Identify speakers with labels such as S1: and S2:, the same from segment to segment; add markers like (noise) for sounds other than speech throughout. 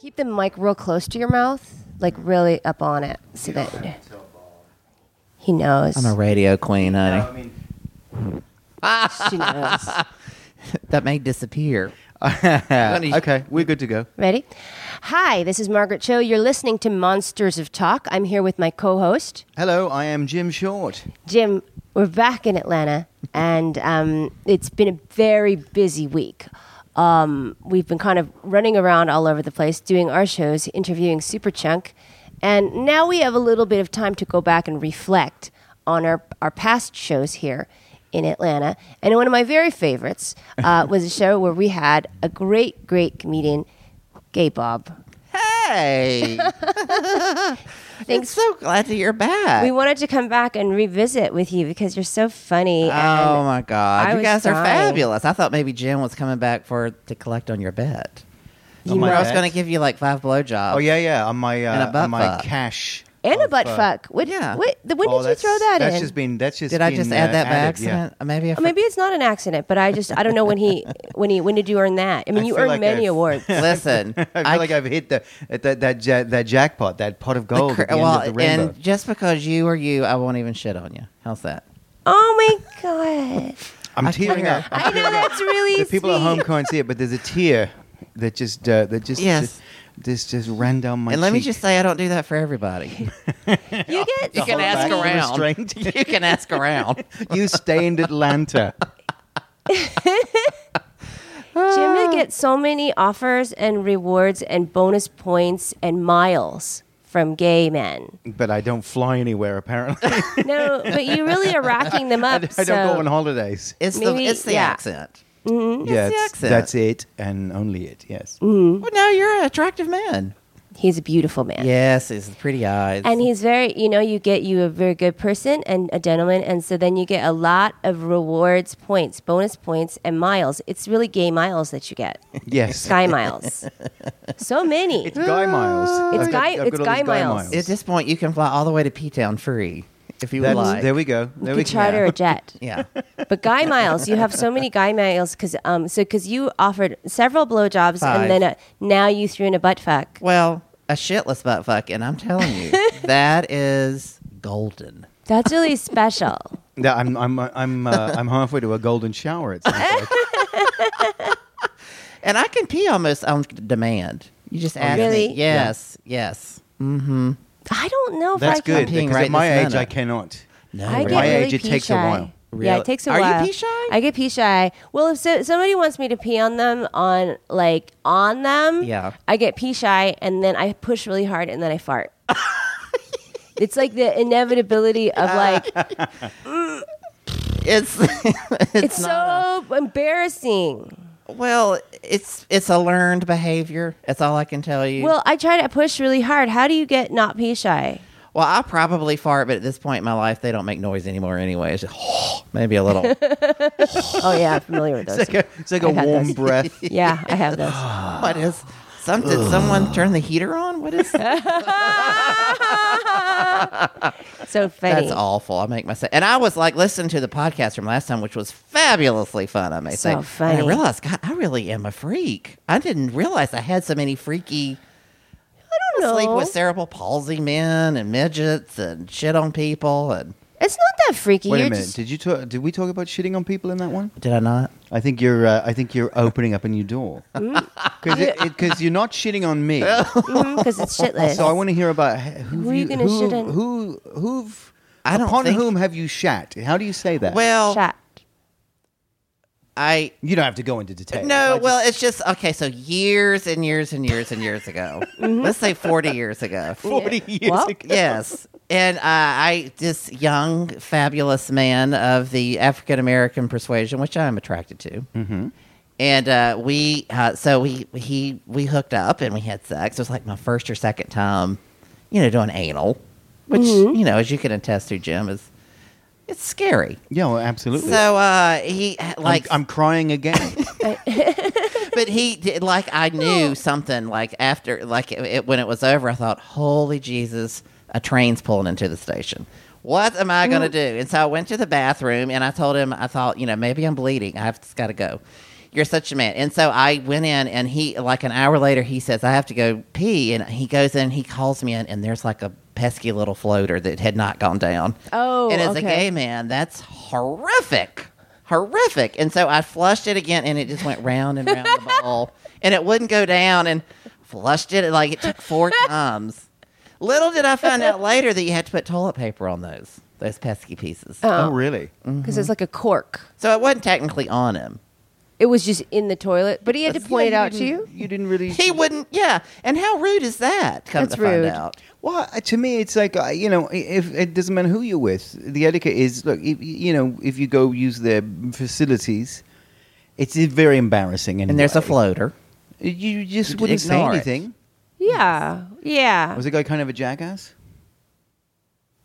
S1: Keep the mic real close to your mouth, like really up on it, so that he knows.
S2: I'm a radio queen, honey.
S3: I mean,
S1: (laughs) She knows.
S2: That may disappear.
S3: okay, we're good to go.
S1: Ready? Hi, this is Margaret Cho. You're listening to Monsters of Talk. I'm here with my co host,
S3: Hello, I am Jim Short.
S1: Jim. We're back in Atlanta, and um, it's been a very busy week. Um, we've been kind of running around all over the place, doing our shows, interviewing Superchunk, and now we have a little bit of time to go back and reflect on our, our past shows here in Atlanta. And one of my very favorites uh, was a show where we had a great, great comedian, Gay Bob.
S2: (laughs)
S3: (laughs)
S2: Hey,
S1: Thanks.
S2: so glad that you're back.
S1: we wanted to come back and revisit with you because you're so funny.
S2: oh my god,
S1: I
S2: you
S1: was
S2: guys are
S1: dying.
S2: fabulous. I thought maybe Jim was coming back for to collect on your bet.
S1: You
S2: Or I was
S3: bet?
S2: going to give you like five blowjobs.
S3: Oh yeah, yeah. On my
S2: And a
S3: uh,
S2: butt
S3: on my
S2: fuck.
S3: cash.
S1: and a
S3: of,
S1: butt
S3: uh,
S1: fuck. What,
S2: yeah.
S1: what- the- when
S3: oh,
S1: did you
S3: that's-
S1: throw that
S3: That's
S1: in?
S3: just been. That's just.
S2: Did I
S3: been,
S2: just add
S3: uh,
S2: that by
S3: added, yeah. Oh,
S2: accident? Uh, Maybe I.
S1: Or Maybe it's not an accident, but I just I don't know when
S3: (laughs)
S1: he when he when did you earn that? I mean,
S3: I
S1: you
S3: feel
S1: earned
S3: like
S1: many
S3: I've- (laughs)
S1: awards.
S2: forgot. Listen,
S3: I feel like I've hit the that that ja- that jackpot, that pot of
S2: the
S3: gold
S2: cr-
S3: at the
S2: well,
S3: end of the rainbow.
S2: and just because you are you, I won't even shit on you. How's that?
S1: oh my god!
S3: I'm tearing
S2: can't-
S3: up. I'm
S1: I know
S3: tearing up.
S1: that's really
S3: The people at
S1: sweet.
S3: home can't see it, but there's a tear that just uh, that just
S2: Yes.
S3: just, just just ran down my.
S2: and let me
S3: cheek.
S2: just say, I don't do that
S3: (laughs)
S2: for everybody.
S1: You get
S2: you
S1: so
S2: can ask
S1: many-
S3: back.
S2: around.
S3: Restraint.
S2: you can ask around.
S3: you stained Atlanta.
S1: Jim to get so many offers and rewards and bonus points and miles from gay men.
S3: But I don't fly anywhere, apparently. (laughs)
S1: No, but you really are racking them
S3: I,
S1: up.
S3: don't
S1: so-
S3: go on holidays.
S2: It's
S1: Maybe-
S2: the it's the
S1: yeah.
S2: accent.
S3: yeah,
S2: the
S3: it's-
S2: accent.
S3: that's it and only it, yes.
S2: Well, no, you're an attractive man.
S1: He's a beautiful man.
S2: Yes, it's the pretty eyes.
S1: And he's very, you know, you get you a very good person and a gentleman, and so then you get a lot of rewards, points, bonus points, and miles. It's really gay miles that you get,
S3: Yes.
S1: sky
S3: (laughs)
S1: miles. So many.
S3: It's Guy Miles.
S1: It's
S3: I've
S1: Guy-
S3: I've
S1: it's
S3: all
S1: Guy
S3: these
S1: Miles.
S2: At this point, you can fly all the way to P Town free if you would
S3: That's-
S2: like.
S3: There we go. There
S1: you
S3: we
S1: could charter
S3: go.
S1: a
S3: (laughs)
S1: jet,
S2: yeah.
S1: but guy miles. You have so many guy miles because um so because you offered several blowjobs
S2: Five.
S1: and then a, now you threw in a butt fuck.
S2: Well, a shitless butt fuck, and I'm telling
S1: (laughs)
S2: you, that is golden.
S1: That's really special.
S3: Yeah, I'm, I'm, I'm, uh, I'm halfway to a golden shower, it sounds
S1: (laughs)
S3: like.
S2: And I can pee almost on demand. You just ask
S1: Really?
S2: me. Yes, yes.
S1: I don't know if I
S3: That's
S1: can.
S3: good.
S2: I'm peeing
S3: Because
S2: right
S3: at my
S2: this
S3: age,
S2: minute.
S3: I cannot. (laughs)
S2: No,
S1: I
S2: really.
S1: get
S3: My
S1: really
S3: age, it
S1: pee
S3: takes a
S1: shy.
S3: while.
S1: Yeah,
S2: Really?
S1: it takes a
S2: Are you
S1: while.
S2: pee shy?
S1: I get pee shy. Well, if so, somebody wants me to pee on them on like on them,
S2: Yeah.
S1: I get pee shy and then I push really hard and then I fart.
S2: (laughs)
S1: it's like the inevitability of
S2: Uh,
S1: like
S2: it's (laughs) it's,
S1: it's so embarrassing.
S2: well, it's it's a learned behavior. That's all I can tell you.
S1: Well, I try to push really hard. How do you get not pee shy?
S2: Well, I probably fart, but at this point in my life, they don't make noise anymore anyway. It's just (gasps) maybe a little.
S1: Oh yeah, I'm familiar
S2: (laughs)
S1: with those.
S3: It's like a, it's like a
S1: I've had
S3: warm
S1: (laughs) those.
S3: breath.
S1: yeah, I have
S2: (gasps)
S1: those.
S2: what is? Some, did someone turn the heater on? What is that?
S1: So funny.
S2: That's awful. I make myself. And I was like listening to the podcast from last time, which was fabulously fun. I may
S1: So
S2: say. And
S1: funny.
S2: I realized, God, I really am a freak. I didn't realize I had so many freaky. I
S1: don't
S2: Sleep
S1: know.
S2: with cerebral palsy men and midgets and shit on people. And
S1: It's not that freaky.
S3: Wait
S1: You're
S3: a minute.
S1: just
S3: Did you talk, did we talk about shitting on people in that one?
S2: did I not?
S3: I think you're. Uh, I think you're opening up a new door (laughs) because you're not shitting
S1: (laughs)
S3: on me.
S1: because
S2: (laughs)
S1: it's shitless.
S3: So I want to hear about h- who
S1: Who are you
S3: you,
S1: gonna
S3: who,
S1: shit on?
S3: who who've
S2: I don't
S3: upon
S2: think-
S3: whom have you shat? How do you say that?
S2: Well,
S1: Shot.
S2: I
S3: you don't have to go into detail. I
S2: No,
S3: just-
S2: well, it's just okay. So years and years and years and years ago, let's say forty years ago.
S3: (laughs) forty years
S1: Well,
S3: ago.
S2: Yes, and uh, I this young fabulous man of the African American persuasion, which I am attracted to, mm-hmm. and uh, we uh, so we he we hooked up and we had sex. It was like my first or second time, you know, doing anal, which you know, as you can attest to, Jim, is it's scary.
S3: Yeah, well, absolutely.
S2: So uh, he like
S3: I'm, I'm crying
S1: (laughs)
S3: again.
S2: (laughs) but he did like I knew something like after like it, it- when it was over I thought holy Jesus a train's pulling into the station what am I
S1: Mm-hmm.
S2: gonna do and so I went to the bathroom and I told him I thought you know maybe I'm bleeding I've just got to go You're such a man. And so I went in, and he, like an hour later, he says, I have to go pee. And he goes in, he calls me in, and there's like a pesky little floater that had not gone down.
S1: Oh,
S2: And as a
S1: okay.
S2: gay man, that's horrific. Horrific. And so I flushed it again, and it just went round and round the bowl, and it wouldn't go down, and flushed it. Like it took four times. Little did I find out later that you had to put toilet paper on those, those pesky pieces.
S3: Oh, really?
S1: because
S2: Mm-hmm.
S1: it's like a cork.
S2: So it wasn't technically on him.
S1: It was just in the toilet, but
S3: Mm-hmm.
S1: he had to point it out to you.
S3: You didn't really.
S2: He wouldn't. Yeah, and how rude is that? Come
S1: That's
S2: to find
S1: rude.
S2: out,
S3: Well, uh, to me, it's like uh, you know, i- if it doesn't matter who you're with. The etiquette is look, if, you know, if you go use their facilities, it's uh, very embarrassing.
S2: and there's a
S3: anyway.
S2: floater.
S3: You just
S2: You
S3: wouldn't say
S2: ignore it.
S3: anything.
S1: Yeah, yeah.
S3: Was the guy kind of a jackass?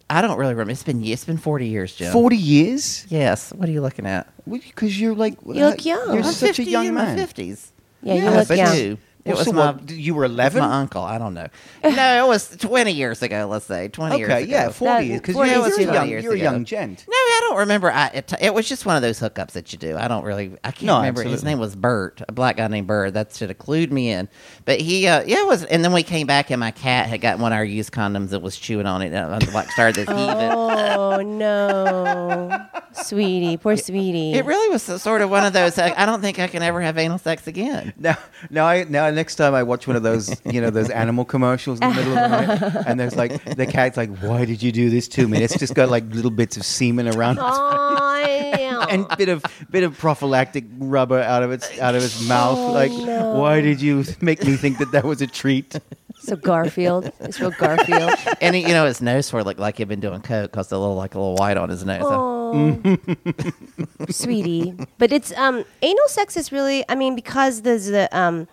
S2: I don't really remember. It's been it's been forty years, Jim.
S3: Forty years?
S2: Yes. What are you looking at?
S3: Because you're like
S1: You look young.
S3: You're
S1: I'm
S2: I'm
S3: such a
S2: 50
S3: young
S2: in
S3: man.
S2: my fifties.
S1: Yeah, you
S3: Yeah,
S1: look
S3: but
S1: young.
S3: you-
S2: It
S3: Well,
S2: was
S3: so
S2: my.
S3: what, you were
S2: it was
S3: eleven.
S2: my uncle. I don't know. No, it was twenty years ago. Let's say twenty years.
S3: Okay,
S2: ago.
S3: yeah,
S1: That-
S3: forty years. Because
S1: 40
S3: you're,
S1: is
S3: a
S1: too
S3: young-
S2: long.
S3: you're a
S2: Years ago.
S3: young gent.
S2: No, I don't remember. I it, it was just one of those hookups that you do. I don't really. I can't
S3: No,
S2: remember. His
S3: absolutely.
S2: name was Bert, a black guy named Bert. That should have clued me in. But he, uh, yeah, it was. And then we came back, and my cat had gotten one of our used condoms that was chewing on it. And I like started this even.
S1: Oh
S2: (laughs)
S1: no, sweetie, poor sweetie.
S2: It really was sort of one of those. Like, I don't think I can ever have anal sex again.
S3: Now, now, I, now, next time I watch one of those, you know, those animal commercials in the middle of the night, and there's like the cat's like, "Why did you do this to me?" And it's just got like little bits of semen around it
S1: Oh,
S3: (laughs) and bit of bit of prophylactic rubber out of its out of its mouth. like,
S1: Oh, no.
S3: why did you make me think that that was a treat?
S1: so Garfield, it's real
S2: (laughs)
S1: Garfield.
S2: And he, you know, his nose sort of looked like he'd been doing coke because the little like a little white on his nose.
S1: Oh, sweetie. But it's um, anal sex is really. I mean, because there's the um,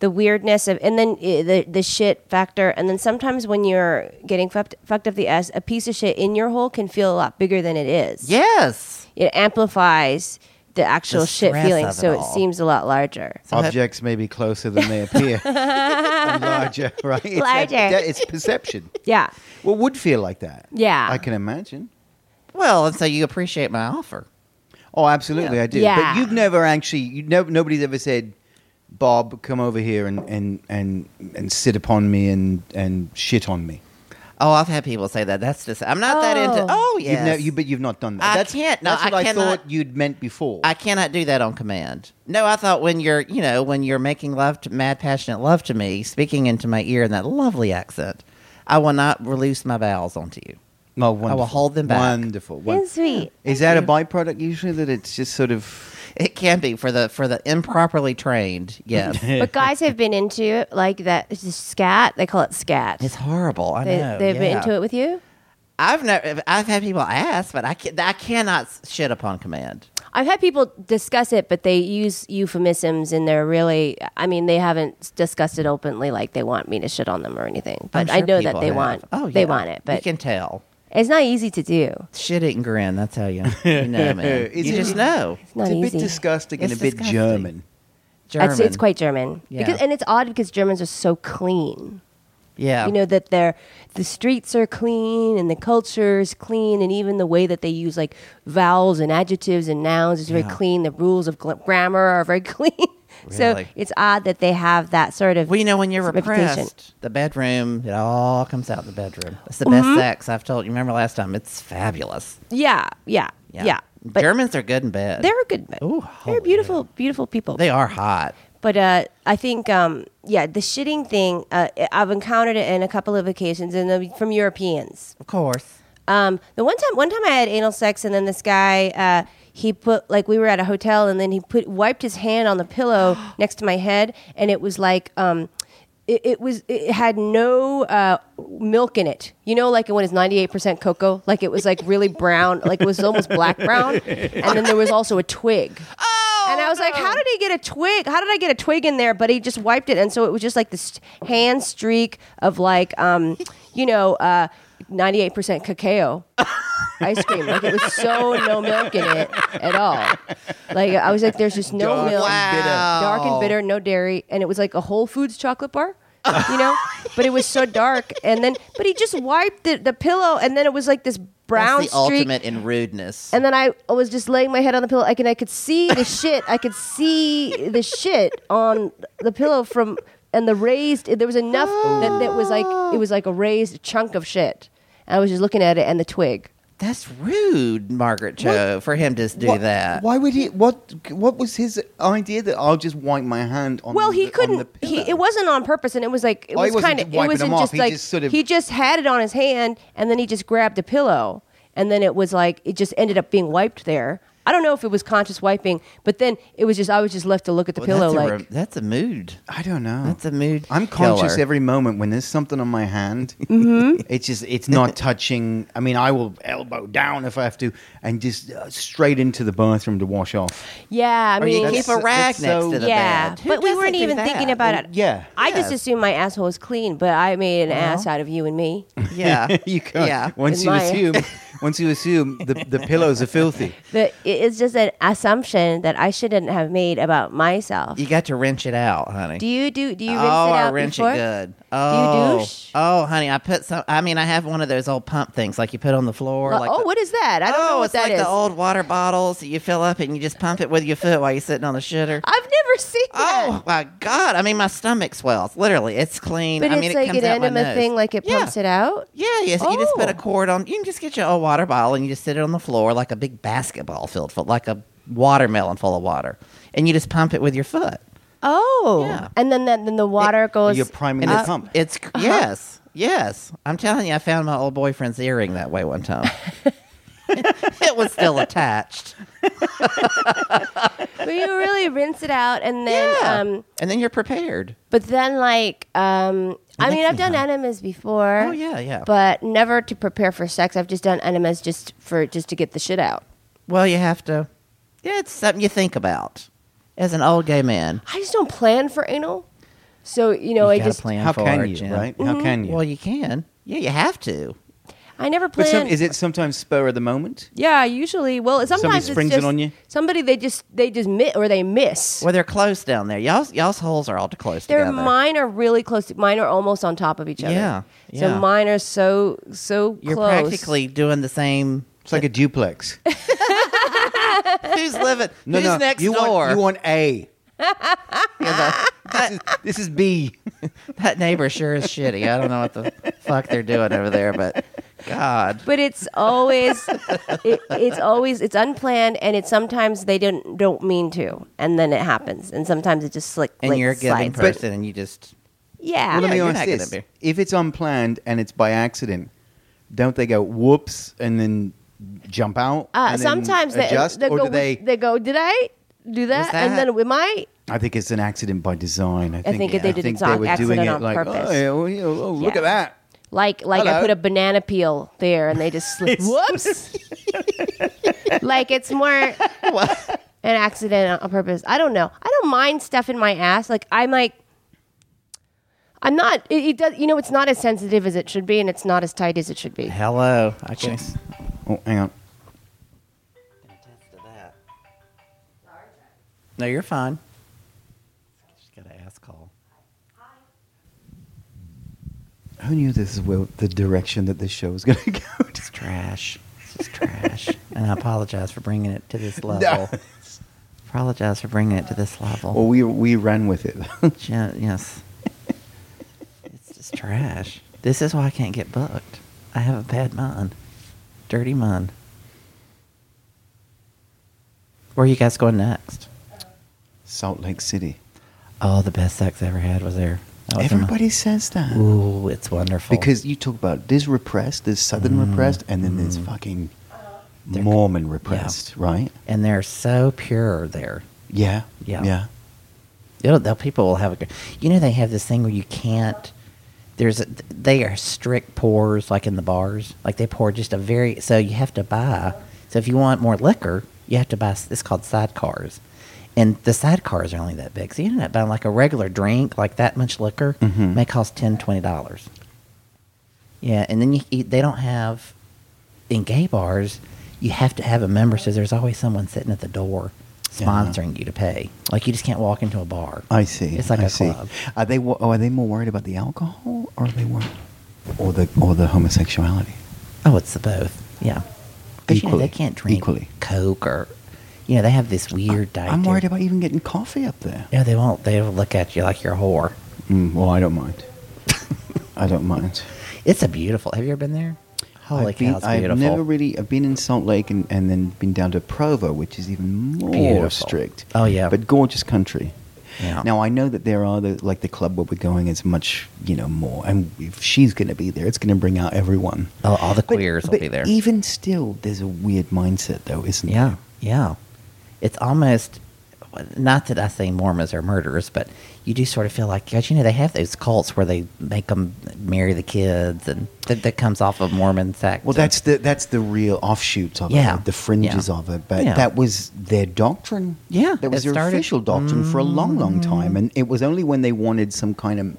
S1: the weirdness of, and then uh, the the shit factor, and then sometimes when you're getting fucked fucked up the ass, a piece of shit in your hole can feel a lot bigger than it is.
S2: Yes.
S1: it amplifies the actual
S2: The
S1: shit
S2: stress
S1: feeling,
S2: of it
S1: so it
S2: all.
S1: seems a lot larger.
S3: Objects may be closer than they appear,
S2: (laughs)
S3: And larger, right? It's that-
S1: Larger.
S3: that- it's perception.
S1: Yeah,
S3: Well, would feel like that.
S1: Yeah.
S3: I can imagine.
S2: Well, and so you appreciate my offer.
S3: Oh, absolutely, I do.
S1: Yeah.
S3: But you've never actually, you know, nobody's ever said, "Bob, come over here and and and and sit upon me and and shit on me."
S2: Oh, I've had people say that. That's just I'm not that into.
S1: Oh.
S2: Oh
S3: You've
S2: yes,
S3: nev- you, but you've not done that.
S2: I
S3: that's,
S2: can't. No,
S3: that's what
S2: I
S3: I,
S2: cannot-
S3: thought you'd meant before.
S2: I cannot do that on command. No, I thought when you're, you know, when you're making love, to, mad passionate love to me, speaking into my ear in that lovely accent, I will not release my vowels onto you.
S3: oh, wonderful.
S2: hold them back.
S3: Wonderful. Won-
S1: It's sweet.
S3: Is that a byproduct usually that it's just sort of?
S2: It can be for the for the improperly trained.
S3: (laughs)
S2: Yes,
S1: But guys have been into it, like that it's just scat. They call it scat.
S2: it's horrible. I
S1: they,
S2: know.
S1: they've been
S2: yeah.
S1: into it with you.
S2: I've never. I've had people ask, but I can, I cannot shit upon command.
S1: I've had people discuss it, but they use euphemisms, and they're really. I mean, they haven't discussed it openly, like they want me to shit on them or anything.
S2: I'm
S1: But I
S2: sure
S1: know that
S2: people
S1: they
S2: have.
S1: want.
S2: Oh,
S1: they
S2: yeah.
S1: want it,
S2: you
S1: but
S2: can tell.
S1: it's not easy to do.
S2: Shit it and grin. That's how
S3: (laughs)
S2: you you know, man.
S3: Is it-
S2: you
S3: e-
S2: just know.
S1: It's not
S3: it's a
S1: easy.
S3: bit disgusting and
S2: It's
S3: a bit
S2: disgusting.
S3: German.
S2: German.
S1: It's, it's quite German,
S2: Yeah.
S1: because, and it's odd because Germans are so clean.
S2: yeah.
S1: You know that they're the streets are clean and the culture is clean, and even the way that they use like vowels and adjectives and nouns is very
S2: Yeah.
S1: clean. The rules of gl- grammar are very (laughs) clean. So
S2: Really?
S1: it's odd that they have that sort of.
S2: Well, you know, when you're
S1: reputation.
S2: repressed, the bedroom, it all comes out in the bedroom. It's the
S1: Mm-hmm.
S2: best sex I've told you. Remember last time? It's fabulous.
S1: Yeah, yeah, yeah.
S2: Yeah.
S1: But
S2: Germans are good in bed.
S1: they're a good. men.
S2: Ooh,
S1: they're
S2: holy
S1: beautiful, beautiful people.
S2: They are hot.
S1: But uh, I think, um, yeah, the shitting thing. Uh, I've encountered it in a couple of occasions, and they're from Europeans.
S2: Of course.
S1: Um, the one time, one time I had anal sex, and then this guy, uh, he put like we were at a hotel, and then he put wiped his hand on the pillow next to my head, and it was like. Um, it, it was it had no uh, milk in it you know like when it's 98% cocoa like it was like really brown like it was almost black brown and then there was also a twig
S2: Oh,
S1: and I was like, how did he get a twig? How did I get a twig in there? But he just wiped it. And so it was just like this hand streak of like, um, you know, uh, 98% cacao ice cream. Like it was so no milk in it at all. Like I was like, there's just no
S3: Dark and
S1: milk.
S3: bitter.
S1: Dark and bitter, no dairy. And it was like a Whole Foods chocolate bar. You know, but it was so dark, and then but he just wiped the, the pillow, and then it was like this brown
S2: That's the
S1: streak.
S2: ultimate in rudeness.
S1: And then I, I was just laying my head on the pillow. I can I could see the shit. I could see the shit on the pillow from and the raised. There was enough that, that was like it was like a raised chunk of shit. And I was just looking at it and the twig.
S2: That's rude, Margaret Cho, for him to do
S3: Why-
S2: that.
S3: Why would he? What? What was his idea that I'll just wipe my hand on?
S1: Well, he
S3: the- on
S1: couldn't.
S3: the
S1: He, it
S3: pillow?
S1: wasn't on purpose, and it was like it
S3: Oh, he
S1: was
S3: wasn't
S1: kind of. It
S3: wiping
S1: wasn't
S3: them off.
S1: just
S3: He
S1: like
S3: just sort of-
S1: he just had it on his hand, and then he just grabbed a pillow, and then it was like it just ended up being wiped there. I don't know if it was conscious wiping, but then it was just I was just left to look at the
S2: Well,
S1: pillow
S2: that's a
S1: like
S2: rem- that's a mood.
S3: I don't know.
S2: That's a mood.
S3: I'm conscious
S2: killer.
S3: every moment when there's something on my hand. (laughs)
S1: Mm-hmm.
S3: It's just it's not touching. I mean, I will elbow down if I have to, and just uh, straight into the bathroom to wash off. (laughs)
S1: yeah. I
S2: Or you
S1: mean,
S2: keep a
S3: That's-
S2: rag
S3: that's
S2: next
S3: so-
S2: to the
S1: yeah,
S2: bed. Who
S1: but we
S2: doesn't
S1: weren't
S2: do
S1: even
S2: that?
S1: thinking about
S3: Well,
S1: it.
S3: yeah.
S1: I just
S2: Yeah. Uh-huh.
S1: assumed my asshole was clean, but I made an ass out of you and me.
S2: Yeah,
S3: (laughs) you can't.
S2: Yeah.
S1: It's
S3: Once you
S1: my- (laughs)
S3: assume, once you assume the, the pillows are filthy.
S1: But it- it's just an assumption that I shouldn't have made about myself.
S2: You got to wrench it out, honey.
S1: Do you do? Do you rinse
S2: oh,
S1: it
S2: I
S1: out
S2: wrench
S1: before?
S2: it good. Oh,
S1: douche?
S2: oh, honey, I put some. I mean, I have one of those old pump things, like you put on the floor.
S1: Well,
S2: like
S1: oh,
S2: the-
S1: what is that? I don't
S2: oh,
S1: know what
S2: it's
S1: that
S2: like
S1: is.
S2: the old water bottles that you fill up and you just pump it with your foot while you're sitting on the shitter.
S1: I've never seen that.
S2: Oh my god! I mean, my stomach swells. Literally, it's clean.
S1: but
S2: I
S1: it's
S2: mean, it
S1: like
S2: comes
S1: an
S2: out my
S1: enema
S2: nose.
S1: thing, like it
S2: Yeah.
S1: pumps it out.
S2: Yeah, yes. You just put a
S1: Oh.
S2: cord on. You can just get your old water bottle and you just sit it on the floor like a big basketball filled full, like a watermelon full of water, and you just pump it with your foot.
S1: Oh,
S2: Yeah.
S1: and then that, then the water goes.
S3: You're priming
S2: And
S3: the
S1: uh,
S2: it's,
S3: pump.
S2: Uh, it's
S1: Uh-huh.
S2: yes, yes. I'm telling you, I found my old boyfriend's earring that way
S1: (laughs)
S2: one time. it was still attached.
S1: But
S2: (laughs)
S1: you really rinse it out, and then
S2: yeah.
S1: um,
S2: and then you're prepared.
S1: but then like um, I mean,
S2: makes
S1: I've
S2: me
S1: done enemas before.
S2: Oh yeah, yeah.
S1: but never to prepare for sex. I've just done enemas just for just to get the shit out.
S2: well, you have to. Yeah, it's something you think about as an old gay man.
S1: I just don't plan for anal, so you know
S2: you
S1: I
S2: gotta
S1: just
S2: plan
S3: How
S2: for
S3: can
S2: it,
S3: you?
S2: Jen.
S3: Right? How
S1: Mm-hmm.
S3: can you?
S2: Well, you can. Yeah, you have to.
S1: I never plan.
S3: but some, is it sometimes spur of the moment?
S1: Yeah, usually. Well, sometimes
S3: springs
S1: it's
S3: it
S1: just
S3: on you?
S1: Somebody they just they just miss or they miss.
S2: Well, they're close down there. Y'all's, y'all's holes are all close
S1: Their
S2: together.
S1: mine are really close. To, mine are almost on top of each other.
S2: Yeah, yeah.
S1: So mine are so so
S2: You're
S1: close.
S2: practically doing the same.
S1: (laughs)
S3: It's like a duplex.
S2: Who's living?
S3: No,
S2: who's
S3: no.
S2: next
S3: you Want,
S2: door?
S3: you want
S1: (laughs)
S3: A.
S2: Yeah,
S3: This is, this is B.
S2: the- that neighbor sure is shitty. I don't know what the fuck they're doing over there, but God.
S1: but it's always it, it's always it's unplanned and it's sometimes they don't don't mean to and then it happens and sometimes it just slick
S2: And
S1: like,
S2: you're a giving
S1: slides.
S2: person, and you just
S1: yeah
S3: Well, let me
S2: you're
S3: ask
S2: not gonna
S3: this:
S2: be.
S3: If it's unplanned and it's by accident, don't they go whoops and then jump out?
S1: Uh,
S3: and then
S1: sometimes they,
S3: adjust,
S1: they
S3: or
S1: go,
S3: do they?
S1: they go, did I do that? And
S2: that-
S1: then we might.
S3: I think it's an accident by design. I think,
S1: think they
S3: I
S1: did it
S3: think
S1: on
S3: were
S1: accident
S3: doing it
S1: on
S3: like,
S1: purpose.
S3: Oh, yeah, oh, yeah, oh, look
S1: Yeah.
S3: at that.
S1: Like, like I
S3: Hello.
S1: put a banana peel there, and they just (laughs) slip. Whoops! like it's more (laughs) an accident on purpose. I don't know. I don't mind stuff in my ass. Like I'm like, I'm not. It, it does. You know, it's not as sensitive as it should be, and it's not as tight as it should be.
S2: hello. I can
S3: Oh, hang on.
S2: No, you're fine. Just got an ass call.
S3: Who knew this is where the direction that this show was going to (laughs) go?
S2: It's trash. This is trash, and I apologize for bringing it to (laughs) this level.
S3: No.
S2: Apologize for bringing it to this level.
S3: Well, we we ran with it. (laughs)
S2: Yeah, yes. it's just trash. This is why I can't get booked. I have a bad mind. Dirty mind. Where are you guys going next?
S3: Salt Lake City.
S2: Oh, the best sex I ever had was there. That was in my-
S3: Everybody says that.
S2: Ooh, it's wonderful.
S3: Because you talk about there's repressed, there's Southern
S2: Mm.
S3: repressed, and then there's fucking Mormon repressed, right?
S2: and they're so pure there.
S3: Yeah.
S2: Yeah.
S3: Yeah.
S2: They'll, they'll- people will have a. good- You know, they have this thing where you can't. There's a, they are strict pours like in the bars. Like they pour just a very. So you have to buy. So if you want more liquor, you have to buy. s- It's called sidecars, and the sidecars are only that big. So you end up buying like a regular drink, like that much liquor
S3: Mhm.
S2: may cost ten twenty dollars. Yeah, and then you, you they don't have in gay bars. You have to have a member, so there's always someone sitting at the door
S3: Yeah.
S2: sponsoring you to pay. Like you just can't walk into a bar.
S3: I see.
S2: It's like
S3: I
S2: a
S3: see.
S2: club.
S3: Are they wo- oh, are they more worried about the alcohol or are they worried or the or the homosexuality?
S2: Oh, it's the both. Yeah. 'Cause, you know,
S3: Equally.
S2: they can't drink
S3: Equally.
S2: Coke or, you know, they have this weird diet.
S3: I'm worried
S2: too.
S3: about even getting coffee up there.
S2: No, they won't. They'll look at you like you're a whore.
S3: Mm, well, I don't
S2: (laughs)
S3: mind. I don't mind.
S2: It's a beautiful. Have you ever been there? Holy
S3: I've been,
S2: cow, it's
S3: I've
S2: beautiful.
S3: never really. I've been in Salt Lake and, and then been down to Provo, which is even more
S2: Beautiful.
S3: strict.
S2: Oh, yeah.
S3: but gorgeous country.
S2: Yeah.
S3: Now I know that there are the like the club where we're going is much you know more, and if she's going to be there, it's going to bring out everyone.
S2: Oh, all the queers will
S3: but
S2: be there.
S3: Even still, there's a weird mindset though, isn't
S2: yeah, yeah. It's almost not that I say Mormons are murderers, but you do sort of feel like, because you know, they have those cults where they make them marry the kids, and that, that comes off of Mormon sect.
S3: Well, that's the that's the real offshoots of
S2: Yeah.
S3: it, the fringes
S2: Yeah.
S3: of it. But
S2: Yeah.
S3: that was their doctrine.
S2: Yeah,
S3: that was
S2: it
S3: their
S2: started-
S3: official doctrine for a long, long time. And it was only when they wanted some kind of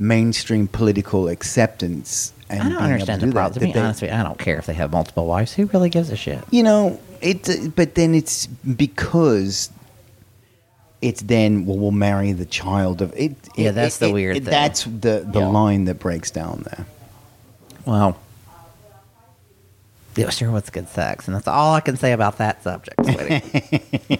S3: mainstream political acceptance. And
S2: I
S3: being
S2: don't
S3: able to
S2: understand
S3: do
S2: the
S3: that,
S2: problem.
S3: that
S2: To be
S3: they-
S2: honest with you, I don't care if they have multiple wives. Who really gives a shit?
S3: you know it. But then it's because. It's then well we'll marry the child of it.
S2: Yeah,
S3: it-
S2: that's
S3: it-
S2: the
S3: it-
S2: weird thing.
S3: That's the the
S2: Yeah.
S3: line that breaks down there.
S2: Well, it sure was good sex, and that's all I can say about that subject, sweetie.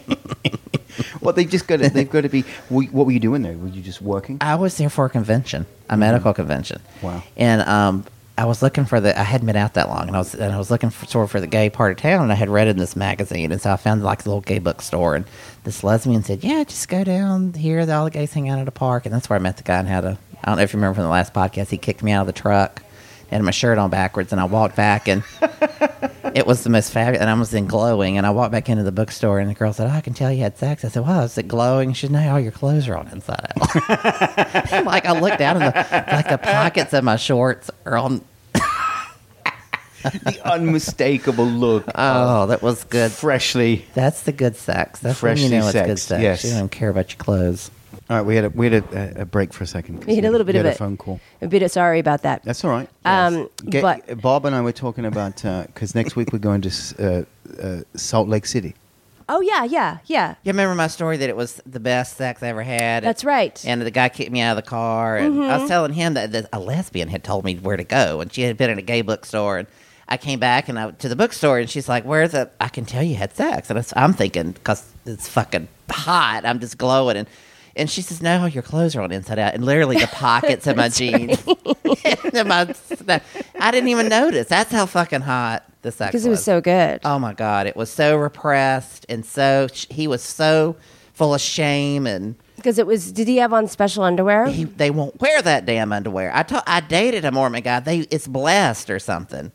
S3: Well, they just got to they've got to be. (laughs) What were you doing there? Were you just working?
S2: I was there for a convention, a medical convention.
S3: Wow.
S2: And um, I was looking for the. I hadn't been out that long, and I was and I was looking for sort of for the gay part of town, and I had read in this magazine, and so I found like a little gay bookstore, and this lesbian said, "Yeah, just go down here. All the gays hang out at a park," and that's where I met the guy and had a. I don't know if you remember from the last podcast, he kicked me out of the truck. and had my shirt on backwards, and I walked back, and it was the most fabulous. And I was in glowing, and I walked back into the bookstore, and the girl said, oh, "I can tell you had sex." I said, "Wow, is it glowing?" She said, "No, all your clothes are on inside out." (laughs) like I look down and the, like the pockets of my shorts are on.
S3: the unmistakable (laughs) look.
S2: Oh, that was good.
S3: Freshly.
S2: That's the good sex. That's when you
S3: Freshly
S2: know it's good
S3: sexed,
S2: sex.
S3: yes.
S2: You don't care about your clothes.
S3: All right, we had a we had a, a- a break for a second. 'cause
S1: We had a little bit
S3: we
S1: of
S3: had
S1: it.
S3: a phone call.
S1: A bit of sorry about that.
S3: That's all right.
S1: Um, but-
S3: Bob and I were talking about because next week we're going to s- uh, uh, Salt Lake City.
S1: oh yeah, yeah, yeah.
S2: You remember my story that it was the best sex I ever had?
S1: That's right. Mm-hmm.
S2: And the guy kicked me out of the car. And I was telling him that, that a lesbian had told me where to go. And she had been in a gay bookstore. And I came back and I to the bookstore. And she's like, Where's the. I can tell you had sex. And I, s- I'm thinking, because it's fucking hot. I'm just glowing. And. And she says, "No, your clothes are on inside out, and literally the
S1: (laughs)
S2: pockets of my jeans, (laughs) and my, I didn't even notice. That's how fucking hot the sex
S1: Because it was Um, so good.
S2: Oh my God, it was so repressed and so he was so full of shame and
S1: Because it was. Did he have on special underwear?
S2: he, they won't wear that damn underwear. I ta- I dated a Mormon guy. They it's blessed or something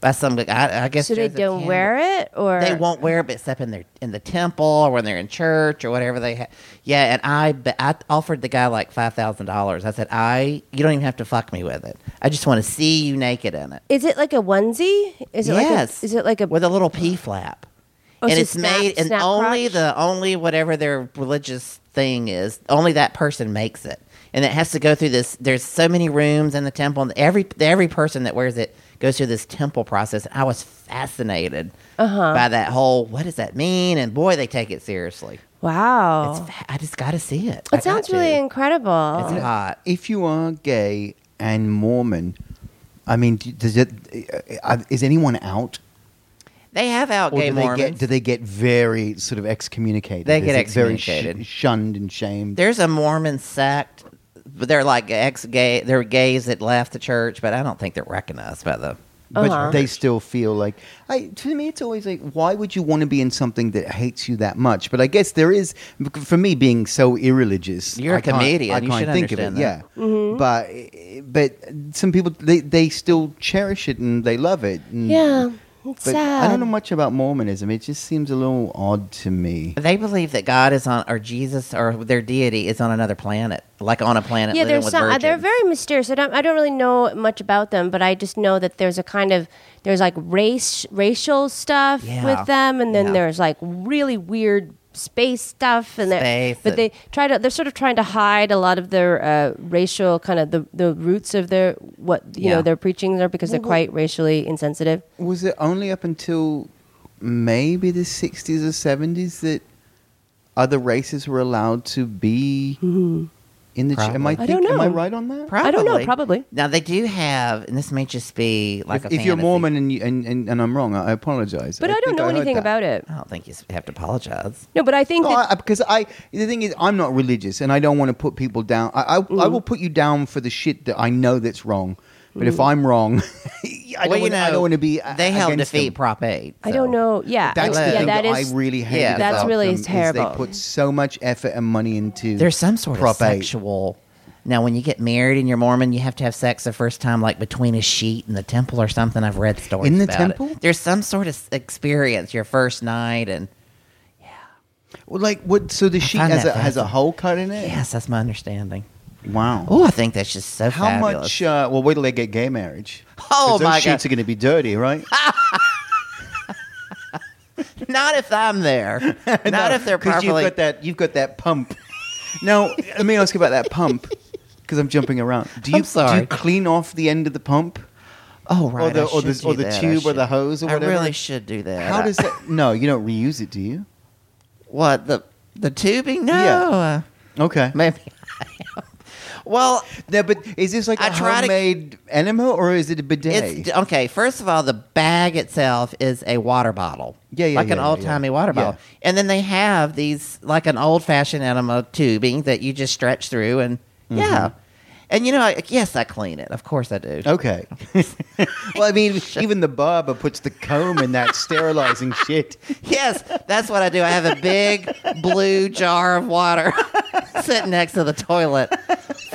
S2: by some guy. I, I guess
S1: so they
S2: Joseph
S1: don't
S2: Campbell.
S1: wear it, or
S2: They won't wear it but except in their in the temple or when they're in church or whatever they have. Yeah, and I be- I offered the guy like five thousand dollars. I said I you don't even have to fuck me with it. I just want to see you naked in it.
S1: Is it like a onesie? Is it like
S2: yes.
S1: a, Is it like a?
S2: with a little P flap?
S1: Oh,
S2: and
S1: so
S2: it's
S1: snap-
S2: made and
S1: snap
S2: only
S1: crotch?
S2: the only whatever their religious thing is, only that person makes it. And it has to go through this there's so many rooms in the temple and every every person that wears it goes through this temple process. And I was fascinated
S1: Uh-huh.
S2: by that whole what does that mean? And boy, they take it seriously.
S1: wow.
S2: It's fa- I just got to see it. I
S1: Oh. It
S2: got
S1: sounds really
S2: to.
S1: incredible.
S2: It's hot.
S3: Uh, If you are gay and Mormon, I mean, d- does it, uh, is anyone out?
S2: They have out
S3: Or
S2: gay
S3: do they,
S2: Mormons.
S3: get, do they get very sort of excommunicated?
S2: They get
S3: Is it very sh-
S2: excommunicated.
S3: shunned and shamed.
S2: There's a Mormon sect. but They're like ex gay. They're gays that left the church, but I don't think they're recognized by the.
S3: but
S1: Uh-huh.
S3: they still feel like I, to me it's always like why would you want to be in something that hates you that much but i guess there is for me being so irreligious
S2: You're a
S3: I can't-
S2: comedian.
S3: i
S2: You
S3: can't
S2: should
S3: think of it
S2: understand that.
S3: yeah
S1: Mm-hmm.
S3: but but some people they, they still cherish it and they love it and-
S1: yeah, it's
S3: but
S1: sad.
S3: i don't know much about mormonism it just seems a little odd to me
S2: They believe that God is on, or Jesus, or their deity is on another planet, like on a planet.
S1: yeah,
S2: living
S1: there's
S2: with
S1: some. uh, They're
S2: virgins.
S1: very mysterious. I don't. I don't really know much about them, but I just know that there's a kind of there's like race racial stuff
S2: Yeah.
S1: with them, and then
S2: Yeah.
S1: there's like really weird space stuff, and they're-
S2: Space
S1: but
S2: and-
S1: they try to. They're sort of trying to hide a lot of their uh, racial kind of the the roots of their what you
S2: Yeah. Mm-hmm.
S1: know their preachings are because they're
S3: Well, well-
S1: quite racially insensitive.
S3: was it only up until maybe the 60s or 70s that other races were allowed to be in the? Ch- am I?
S1: Mm-hmm. Probably. I
S3: Think,
S1: don't
S3: Am I
S1: know.
S3: right on that?
S2: Probably.
S1: I don't know, probably.
S2: Now they do have, and this may just be like
S3: if,
S2: a.
S3: if you're
S2: fantasy.
S3: Mormon and, you, and, and and I'm wrong, I, I apologize.
S1: But I, don't
S3: think
S1: know
S3: heard
S1: anything
S3: that.
S1: about it.
S2: I don't think you s- have to apologize.
S1: No, but I think
S3: No,
S1: that
S3: I, because I the thing is I'm not religious and I don't want to put people down. I I, I
S1: Mm.
S3: will put you down for the shit that I know that's wrong. But
S1: Mm.
S3: if I'm wrong, (laughs) I don't
S2: well,
S3: want
S2: you know,
S3: I don't want to be uh,
S2: They helped
S3: against
S2: defeat
S3: them.
S2: Prop Eight.
S1: I don't
S2: so.
S1: know. Yeah,
S3: That's
S1: I,
S3: the
S1: yeah,
S3: thing
S1: that
S3: that
S1: is-
S3: I really hate.
S2: Yeah. That's
S3: about
S1: really
S3: them, is
S1: terrible.
S3: They put so much effort and money into
S2: There's some sort
S3: Prop
S2: of
S3: 8.
S2: sexual. Now, when you get married and you're Mormon, you have to have sex the first time, like between a sheet and the temple or something. I've read stories
S3: In the
S2: about it.
S3: temple?
S2: There's some sort of s- experience your first night, and
S3: Well, like what? So the sheet
S2: find
S3: has
S2: that
S3: a has a
S2: fascinating.
S3: hole cut in it.
S2: yes, that's my understanding.
S3: Wow.
S2: Oh, I think that's just so
S3: How
S2: fabulous.
S3: much? Uh, well, wait till they get gay marriage.
S2: (laughs) Oh,
S3: 'Cause those
S2: my God.
S3: sheets are going to be dirty,
S2: (laughs)
S3: right?
S2: Not if
S3: (laughs)
S2: I'm there. Not if they're
S3: Because
S2: properly.
S3: you've got that you've got that
S2: (laughs)
S3: pump. now, let me ask you about that pump because I'm jumping around. Do you,
S2: I'm
S3: do
S2: sorry.
S3: you clean off the end of the pump?
S2: oh, right.
S3: the-
S2: I
S3: or the-
S2: should
S3: or
S2: do
S3: the
S2: that. I
S3: tube or the
S2: should-
S3: hose or whatever.
S2: I really should do that.
S3: How
S2: I-
S3: does that? No, you don't reuse it, do you?
S2: what the the tubing? No, (laughs)
S3: Yeah. Okay.
S2: uh, maybe. well,
S3: No, but is this like a
S2: I try to-
S3: homemade enema or is it a bidet?
S2: It's okay. First of all, the bag itself is a water bottle.
S3: Yeah, yeah,
S2: like
S3: yeah,
S2: an
S3: yeah,
S2: old timey
S3: yeah.
S2: water bottle. And then they have these like an old fashioned enema tubing that you just stretch through, and
S3: Mm-hmm.
S2: yeah, and you know, I, yes, I clean it. Of course, I do.
S3: Okay. (laughs) well, I mean, even the barber puts the comb in that sterilizing
S2: (laughs)
S3: shit.
S2: (laughs) Yes, that's what I do. I have a big blue jar of water (laughs) sitting next to the toilet,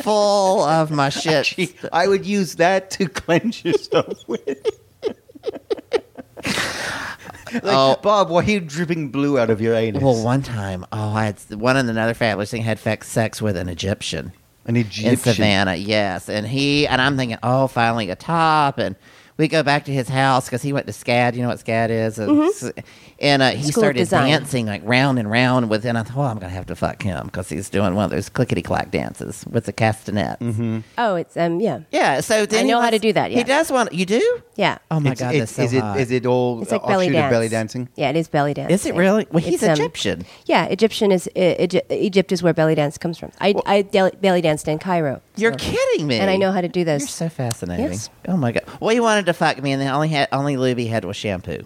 S2: full
S3: (laughs)
S2: of my shit.
S3: Gee, I would use that to cleanse yourself (laughs) with. like,
S2: Oh.
S3: Bob, why are you dripping blue out of your anus?
S2: Well, one time, oh, I had one in another family's thing had fe- sex with an Egyptian.
S3: An Egyptian.
S2: in Savannah. Yes, and he and I'm thinking, oh, finally a top, and we go back to his house because he went to SCAD. You know what SCAD is, and, and uh, he
S1: Mm-hmm. School of
S2: started
S1: Design.
S2: dancing like round and round with. And I thought, oh, I'm gonna have to fuck him because he's doing one of those clickety clack dances with the castanets.
S1: oh, it's um, yeah,
S2: Yeah, so then
S1: I
S2: he
S1: know how
S2: wants-
S1: to do that,
S2: He
S1: yeah.
S2: does want you do.
S1: yeah.
S2: Oh my
S3: It's-
S2: god,
S3: it's-
S2: that's so
S3: is, it,
S2: hot.
S3: is it all
S1: it's like
S2: oh,
S1: belly
S3: offshoot
S1: dance.
S3: of belly dancing?
S1: Yeah, it is belly dance.
S2: Is it really? Well, he's
S1: It's, um,
S2: Egyptian.
S1: Yeah, Egyptian is e- Egy- Egypt is where belly dance comes from. I, I del- belly danced in Cairo.
S2: You're
S1: so-
S2: kidding me.
S1: And I know how to do those.
S2: You're so fascinating.
S1: Yes.
S2: Oh my god. Well, he wanted to fuck me, and the only had only lube he had was shampoo.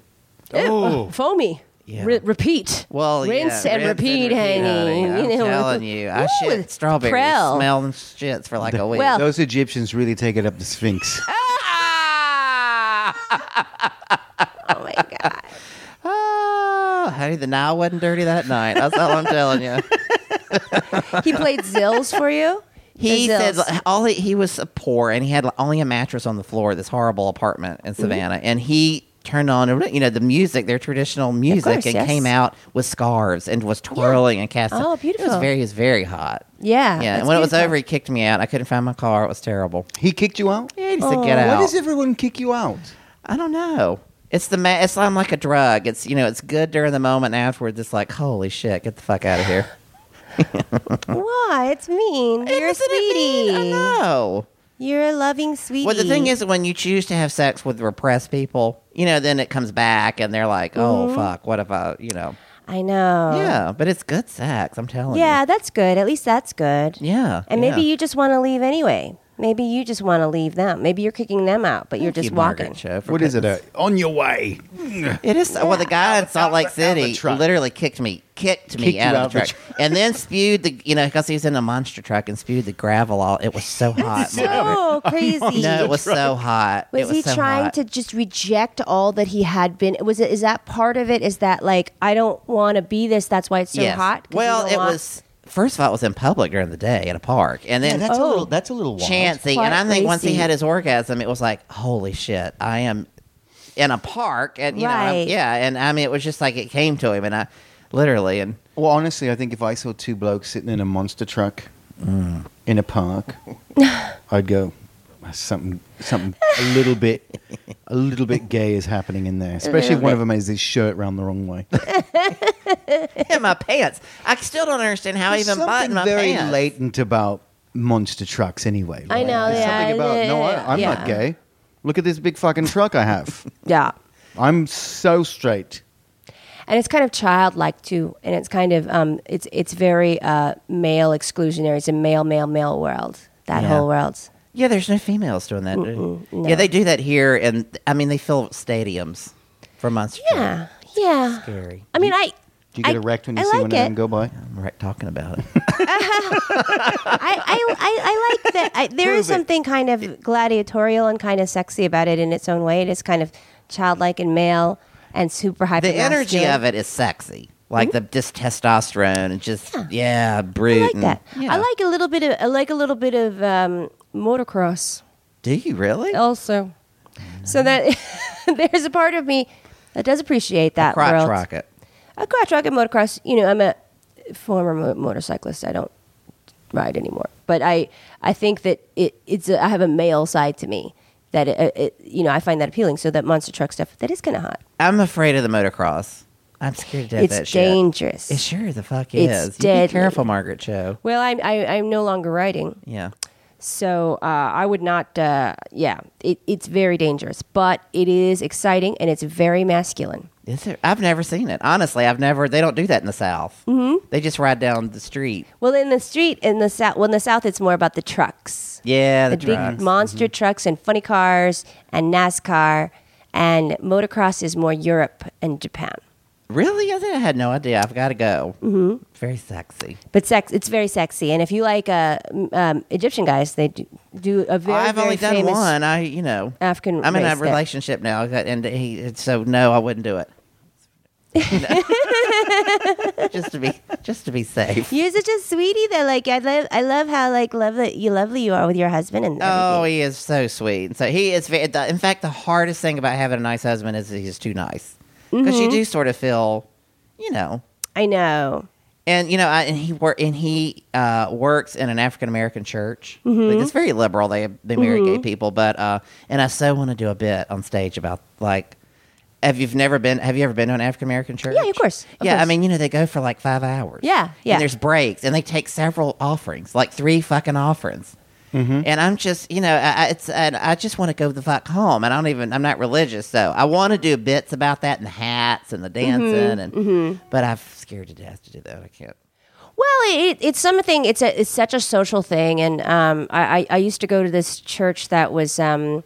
S1: Ew, uh, foamy.
S2: Oh. Yeah.
S1: Re- repeat.
S2: Well,
S1: rinse
S2: yeah,
S1: and repeat, hanging.
S2: honey. I'm
S1: you know?
S2: telling you, I
S1: Ooh,
S2: shit
S1: it's
S2: strawberry
S1: Prel.
S2: smelling shits for like a week.
S1: Well-
S3: Those Egyptians really take it up the Sphinx.
S2: (laughs) Ah!
S1: (laughs) Oh my god.
S2: Ah! Honey, the Nile wasn't dirty that night. That's all I'm
S1: (laughs)
S2: telling you.
S1: He played Zills for you.
S2: He
S1: The
S2: said
S1: Zills.
S2: like, all he, he was poor and he had like, only a mattress on the floor at this horrible apartment
S1: Mm-hmm.
S2: in Savannah, and he turned on you know the music, their traditional music,
S1: course,
S2: and
S1: yes.
S2: came out with scarves and was twirling and casting.
S1: Oh,
S2: It
S1: beautiful.
S2: was very, he was very hot.
S1: "Yeah,
S2: yeah.
S1: that's
S2: And when it was
S1: beautiful.
S2: over, he kicked me out. I couldn't find my car. It was terrible.
S3: He kicked you out? Oh,
S2: Yeah, he just said, "Get out."
S3: Why does everyone kick you out?
S2: I don't know. It's the ma- it's I'm like a drug. It's you know it's good during the moment. Afterwards, it's like holy shit, get the fuck out of here.
S1: Why? It's mean. (laughs) You're a
S2: Isn't it mean? I
S1: sweetie.
S2: know.
S1: You're a loving sweetie.
S2: Well, the thing is, when you choose to have sex with repressed people, you know, then it comes back and they're like, oh
S1: Mm-hmm.
S2: fuck, what about you know?
S1: I know.
S2: Yeah, but it's good sex. I'm telling
S1: Uh, Yeah, that's good. At least that's good.
S2: you. Yeah.
S1: And maybe
S2: yeah.
S1: you just want to leave anyway. Maybe you just want to leave them. Maybe you're kicking them out, but you're
S2: Thank
S1: just
S2: you, Margaret
S1: walking.
S2: Cho, for
S3: What is it?
S2: putting-
S3: uh, on your way.
S2: It is well. The guy in Salt Lake
S3: out the- out the
S2: City
S3: truck.
S2: literally kicked me, kicked me
S3: Kicked you
S2: out, of the
S3: out
S2: truck,
S3: the
S2: and then spewed the you know because he was in a monster truck and spewed the gravel all. It
S3: (laughs)
S2: was so hot. Margaret.
S1: So (laughs) crazy.
S2: No, it was so hot.
S1: Was
S2: it was
S1: he
S2: so
S1: trying
S2: hot.
S1: to just reject all that he had been? Was it? Is that part of it? Is that like I don't want to be this? That's why it's so
S2: Yes.
S1: hot. 'Cause you
S2: Well,
S1: don't
S2: it
S1: want-
S2: was. First of all, it was in public during the day at a park, and then
S3: that's
S1: Oh.
S3: a little. That's a little wild.
S2: chancy.
S1: Quite
S2: And I think once he
S1: racy.
S2: had his orgasm, it was like, holy shit, I am in a park, and you know,
S1: Right.
S2: I'm- yeah, and I mean, it was just like it came to him, and I literally, and
S3: Well, honestly, I think if I saw two blokes sitting in a monster truck in a (laughs) park, I'd go "That's something something a little bit a little bit gay is happening in there. Especially if one of them has his shirt round the wrong way.
S2: in my pants. I still don't understand how he
S3: There's
S2: even buttoned
S3: something
S2: my
S3: very
S2: pants.
S3: latent about monster trucks, anyway.
S1: I
S3: right?
S1: know,
S3: There's
S1: yeah,
S3: something about no,
S1: yeah,
S3: I, I'm
S1: yeah.
S3: not gay.
S1: (laughs)
S3: Look at this big fucking truck I have.
S1: yeah.
S3: I'm so straight.
S1: and it's kind of childlike too, and it's kind of um, it's it's very uh, male exclusionary. It's a male, male, male world. That
S2: Yeah.
S1: whole world.
S2: Yeah, there's no females doing
S3: Uh-uh,
S2: that. do you? Yeah, they do that here, and I mean they fill stadiums for monster.
S1: Yeah, yeah.
S2: Scary.
S1: I mean, I.
S3: Do you get
S1: I-
S3: erect when you
S1: I
S3: see
S1: like
S3: one of them
S1: it.
S3: go by?
S2: I'm right
S3: (laughs)
S2: talking about it.
S1: I, I, I, I like
S3: (laughs)
S1: that. I, there is
S3: Prove it.
S1: something kind of gladiatorial and kind of sexy about it in its own way. It is kind of childlike and male and super hyper.
S2: the energy of it is sexy, like
S3: Mm-hmm.
S2: the just testosterone and just yeah, brute.
S1: I like
S2: and-
S1: that.
S2: Mm. yeah.
S1: I like a little bit of. I like a little bit of um, motocross
S2: Do you really?
S1: Oh, also. So that (laughs) there's a part of me that does appreciate that
S2: Crotch
S1: world.
S2: rocket.
S1: A crotch rocket motocross. You know, I'm a former mo- motorcyclist. I don't ride anymore, but I I think that it it's a, I have a male side to me that it, it, you know I find that appealing. So that monster truck stuff that is kind of hot.
S2: I'm afraid of the motocross. I'm scared to death of
S1: it's
S2: that shit.
S1: dangerous.
S2: It sure the fuck
S1: It's
S2: is. You
S1: deadly.
S2: be careful, Margaret Cho.
S1: well, I'm I, I'm no longer riding,
S2: Yeah.
S1: so uh, I would not. Uh, yeah, it, it's very dangerous, but it is exciting and it's very masculine.
S2: Is there, I've never seen it. Honestly, I've never. They don't do that in the South. Mm-hmm. They just ride down the street.
S1: Well, in the street in the south, well, in the south, it's more about the trucks,
S2: Yeah, the, Mm-hmm.
S1: the big
S2: drugs.
S1: monster trucks and funny cars and NASCAR, and motocross is more Europe and Japan.
S2: Really? I think I had no idea. I've got to go. Mm-hmm. Very sexy.
S1: But sex, it's very sexy, and if you like uh, um, Egyptian guys, they do, do a very,
S2: I've
S1: very
S2: only done
S1: famous
S2: one. I, you know,
S1: African.
S2: I'm in a
S1: race there.
S2: relationship now, and he. So no, I wouldn't
S1: (laughs)
S2: do it. No. just to be, just to
S1: (laughs)
S2: be safe.
S1: You're such a sweetie, though. Like I love, I love how like lovely you lovely you are with your husband and
S2: Oh,
S1: everything.
S2: he is so sweet. So he is. ve- the- In fact, the hardest thing about having a nice husband is that he's too nice, because
S1: Mm-hmm.
S2: you do sort of feel, you know,
S1: I know.
S2: and you know, I, and he work and he uh, works in an African American church.
S1: Mm-hmm.
S2: Like, it's very liberal. They they marry gay people, but uh, and I so want to do a bit on stage about like, have you've never been? Have you ever been to an African American church?
S1: Yeah, of course, of
S2: yeah, I
S1: course.
S2: mean, you know, they go for like five hours.
S1: Yeah, yeah.
S2: And there's breaks, and they take several offerings, like three fucking offerings. And I'm just, you know, I, I- it's and I just want to go the fuck home, and I don't even. I'm not religious, so I want to do bits about that and the hats and the dancing, and but I'm scared to death to do that. I can't.
S1: Well, it, it's something. It's a it's such a social thing, and um, I, I I used to go to this church that was um,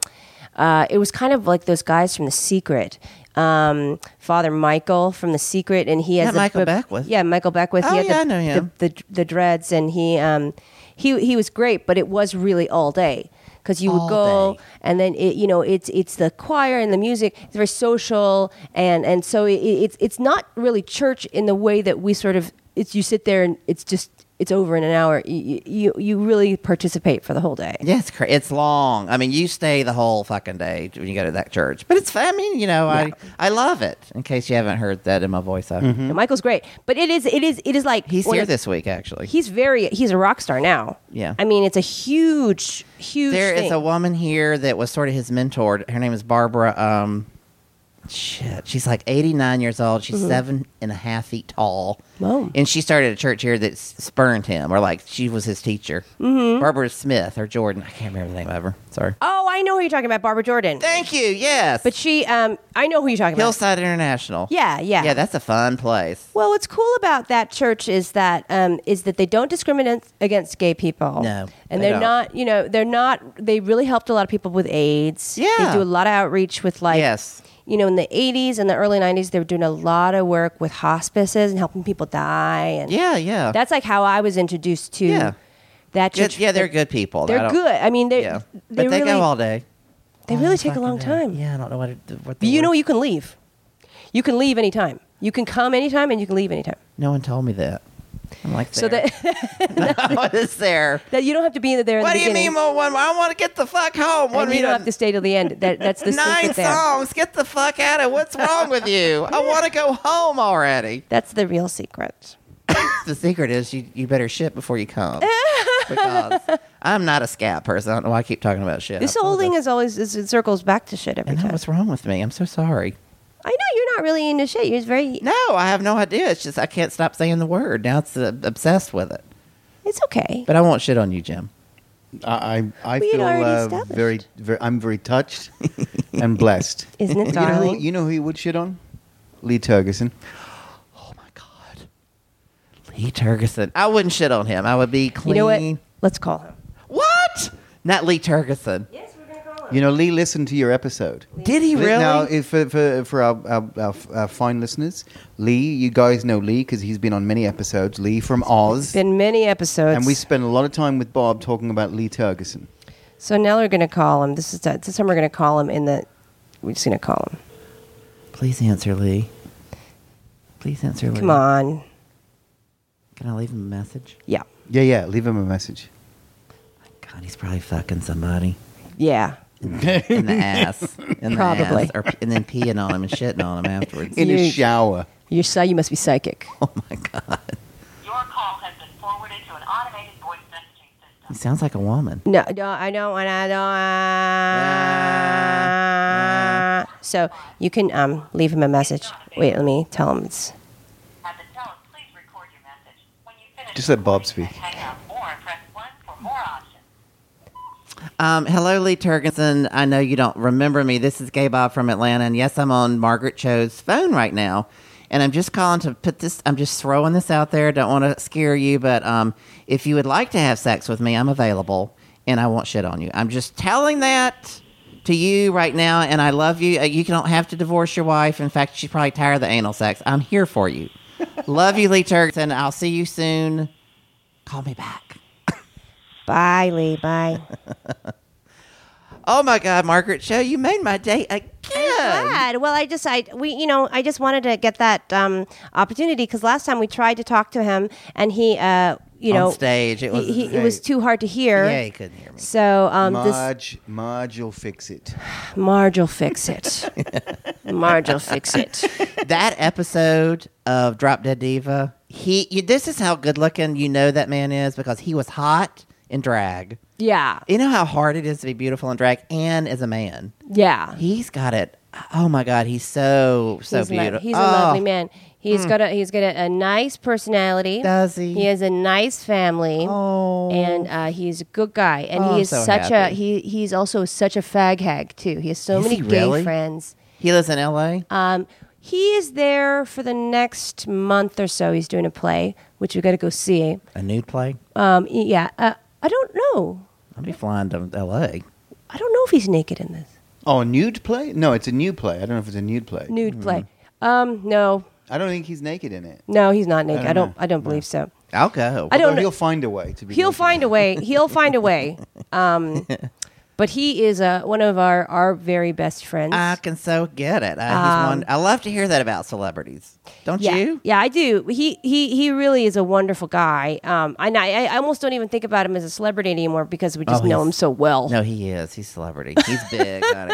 S1: uh, it was kind of like those guys from The Secret. Um, Father Michael from The Secret, and he has
S2: Yeah,
S1: the-
S2: Michael Beckwith.
S1: Yeah, Michael Beckwith.
S2: Oh,
S1: he had
S2: yeah,
S1: the,
S2: I know him.
S1: The, the the dreads, and he um he he was great, but it was really all day because you
S2: All
S1: would go
S2: day.
S1: and then it you know it's it's the choir and the music it's very social and and so it, it's it's not really church in the way that we sort of it's you sit there and it's just it's over in an hour you you, you really participate for the whole day
S2: Yeah, it's cra- it's long. I mean, you stay the whole fucking day when you go to that church, but it's. I mean, you know, I I love it. In case you haven't heard that in my voice, I,
S1: And Michael's great but it is it is it is like
S2: he's
S1: one
S2: here
S1: of-
S2: this week actually.
S1: he's very he's a rock star now
S2: Yeah.
S1: I mean it's a huge huge
S2: There is
S1: thing.
S2: a woman here that was sort of his mentor. Her name is Barbara. Um, shit, she's like eighty nine years old.
S1: Mm-hmm.
S2: She's seven and a half feet tall.
S1: Whoa.
S2: And she started a church here that s- spurned him, or like she was his teacher.
S1: Mm-hmm.
S2: Barbara Smith or Jordan, I can't remember the name of her. Sorry.
S1: oh I know who you're talking about Barbara Jordan
S2: Thank you. Yes,
S1: but she um I know who you're talking about
S2: Hillside International.
S1: yeah yeah
S2: yeah, that's a fun place.
S1: Well, what's cool about that church is that um, is that they don't discriminate against gay people.
S2: No,
S1: and
S2: they
S1: they are
S2: don't.
S1: not. You know, they're not. They really helped a lot of people with AIDS.
S2: Yeah.
S1: they do a lot of outreach with like.
S2: Yes.
S1: You know, in the '80s and the early '90s, they were doing a lot of work with hospices and helping people die. And
S2: Yeah, yeah.
S1: that's like how I was introduced to
S2: Yeah.
S1: that
S2: Good-
S1: church.
S2: yeah, they're
S1: But
S2: good people. I
S1: They're
S2: don't-
S1: good. I mean, they
S2: Yeah,
S1: they
S2: but they
S1: really
S2: go all day.
S1: they really take a long
S2: Fucking
S1: time.
S2: Yeah, I don't know what. It, what the
S1: But you
S2: word-
S1: know, you can leave. You can leave anytime. You can come anytime, and you can leave anytime.
S2: no one told me that. I'm like,
S1: So that. (laughs)
S2: (laughs) what is (laughs) there?
S1: That you don't have to be in there. In
S2: What
S1: the
S2: do you
S1: beginning.
S2: mean? Well, one, I want to get the fuck home. What
S1: And
S2: do
S1: you
S2: you
S1: don't have to stay till the end. That that's
S2: (laughs)
S1: the
S2: Nine
S1: secret there.
S2: songs. Get the fuck out of. What's wrong with you? I want to go home already.
S1: That's the real secret.
S2: The secret is you, you better shit before you come. (laughs) because I'm not a scat person. I don't know why I keep talking about shit.
S1: This
S2: I
S1: whole thing
S2: apologize.
S1: is always is, it circles back to shit every
S2: I know
S1: time.
S2: what's wrong with me. I'm so sorry.
S1: I know you're not really into shit. You're just very.
S2: No, I have no idea. It's just I can't stop saying the word. Now it's uh, obsessed with it.
S1: It's okay.
S2: But I won't shit on you, Jim.
S3: I, I, I
S1: We had
S3: feel
S1: already
S3: uh,
S1: established.
S3: very, very, I'm very touched (laughs) and blessed.
S1: Isn't it
S3: You know, who,
S1: darling?
S3: you know who he would shit on? Lee Turgeson.
S2: He Turgeson. I wouldn't shit on him. I would be clean.
S1: You know what? Let's call him.
S2: What? Not Lee Turgeson.
S1: Yes, we're gonna call him.
S3: You know, Lee listened to your episode.
S2: Did he really?
S3: Now, if, for, for, for our, our, our, our fine listeners, Lee, you guys know Lee because he's been on many episodes. Lee from Oz.
S1: Been many episodes,
S3: And we spent a lot of time with Bob talking about Lee Turgeson.
S1: so now we're gonna call him. This is the, this time we're gonna call him in the. We're just gonna call him.
S2: Please answer, Lee. Please answer, Lee.
S1: Come on,
S2: Can I leave him a message?
S1: yeah,
S3: Yeah, yeah. Leave him a message.
S2: God, he's probably fucking somebody
S1: yeah.
S2: (laughs) in the ass. In the
S1: Probably.
S2: ass, or, and then peeing on him and shitting on him afterwards.
S3: In
S1: You-
S3: his shower.
S1: You're so you must be psychic.
S2: oh my God.
S4: Your call has been forwarded to an automated voice messaging system.
S2: He sounds like a woman.
S1: No, no, I don't want. I don't. so you can um, leave him a message. Wait, let me tell him. It's
S4: At the tone, please record your message. When you finish
S3: Just let Bob
S4: recording,
S3: speak.
S4: Hang up or press 1 for more options.
S2: Um, hello, Lee Turgeson. I know you don't remember me. This is Gay Bob from Atlanta, and yes, I'm on Margaret Cho's phone right now. And I'm just calling to put this. I'm just throwing this out there. Don't want to scare you, but um, if you would like to have sex with me, I'm available, and I won't shit on you. I'm just telling that to you right now, and I love you. Uh, You don't have to divorce your wife. In fact, she's probably tired of the anal sex. I'm here for you. love you, Lee Turgeson. I'll see you soon. Call me back.
S1: bye, Lee.
S2: (laughs)
S1: Bye.
S2: Oh my God, Margaret Show, you made my day again.
S1: Glad. Well, I just, I, we, you know, I just wanted to get that um, opportunity because last time we tried to talk to him and he, uh, you
S2: On
S1: know,
S2: stage, it
S1: he-
S2: wasn't
S1: he, it was
S3: safe.
S1: too hard to hear.
S2: Yeah, he couldn't hear me.
S1: So um, this
S3: Marge, Marge will fix it.
S1: Marge will fix
S2: (laughs)
S1: it. Marge will fix it.
S2: that episode of Drop Dead Diva, he you, this is how good looking you know that man is because he was hot in drag.
S1: Yeah,
S2: You know how hard it is to be beautiful in drag and as a man.
S1: yeah.
S2: He's got it. Oh my God, he's so so
S1: he's, lo-
S2: beautiful.
S1: he's
S2: oh, Hmm.
S1: a lovely man. He's got a he's got a, a nice personality.
S2: Does he?
S1: He has a nice family.
S2: Oh.
S1: And uh, he's a good guy. And
S2: Oh, I'm
S1: he is
S2: so
S1: such
S2: happy.
S1: a he he's also such a fag hag too. He has so
S2: Is
S1: many
S2: he
S1: gay
S2: really?
S1: friends.
S2: He lives in L.A.
S1: Um, he is there for the next month or so. He's doing a play, which we got to go see.
S2: a nude play.
S1: Um, e- yeah, uh, I don't know.
S2: I'll be flying to L.A.
S1: I don't know if he's naked in this
S3: Oh, a nude play? No, it's a nude play. I don't know if it's a nude play.
S2: Hmm.
S1: nude play. Um, no,
S3: I don't think he's naked in it.
S1: no, he's not naked.
S3: don't
S1: I don't. I don't,
S3: know.
S1: believe so.
S2: I'll go.
S1: I don't
S3: Although
S1: know-
S3: He'll find a way to be.
S1: He'll
S3: naked.
S1: find a
S2: (laughs)
S1: way. He'll find a way. Um, but he is uh, one of our, our very best friends.
S2: I can so get it. I, he's one, I love to hear that about celebrities. Don't
S1: Um, yeah,
S2: you?
S1: yeah, I do. He he he really is a wonderful guy. Um, and I, I almost don't even think about him as a celebrity anymore because we just
S2: Oh,
S1: know
S2: he's-
S1: him so well.
S2: No, he is. He's celebrity. He's big. honey.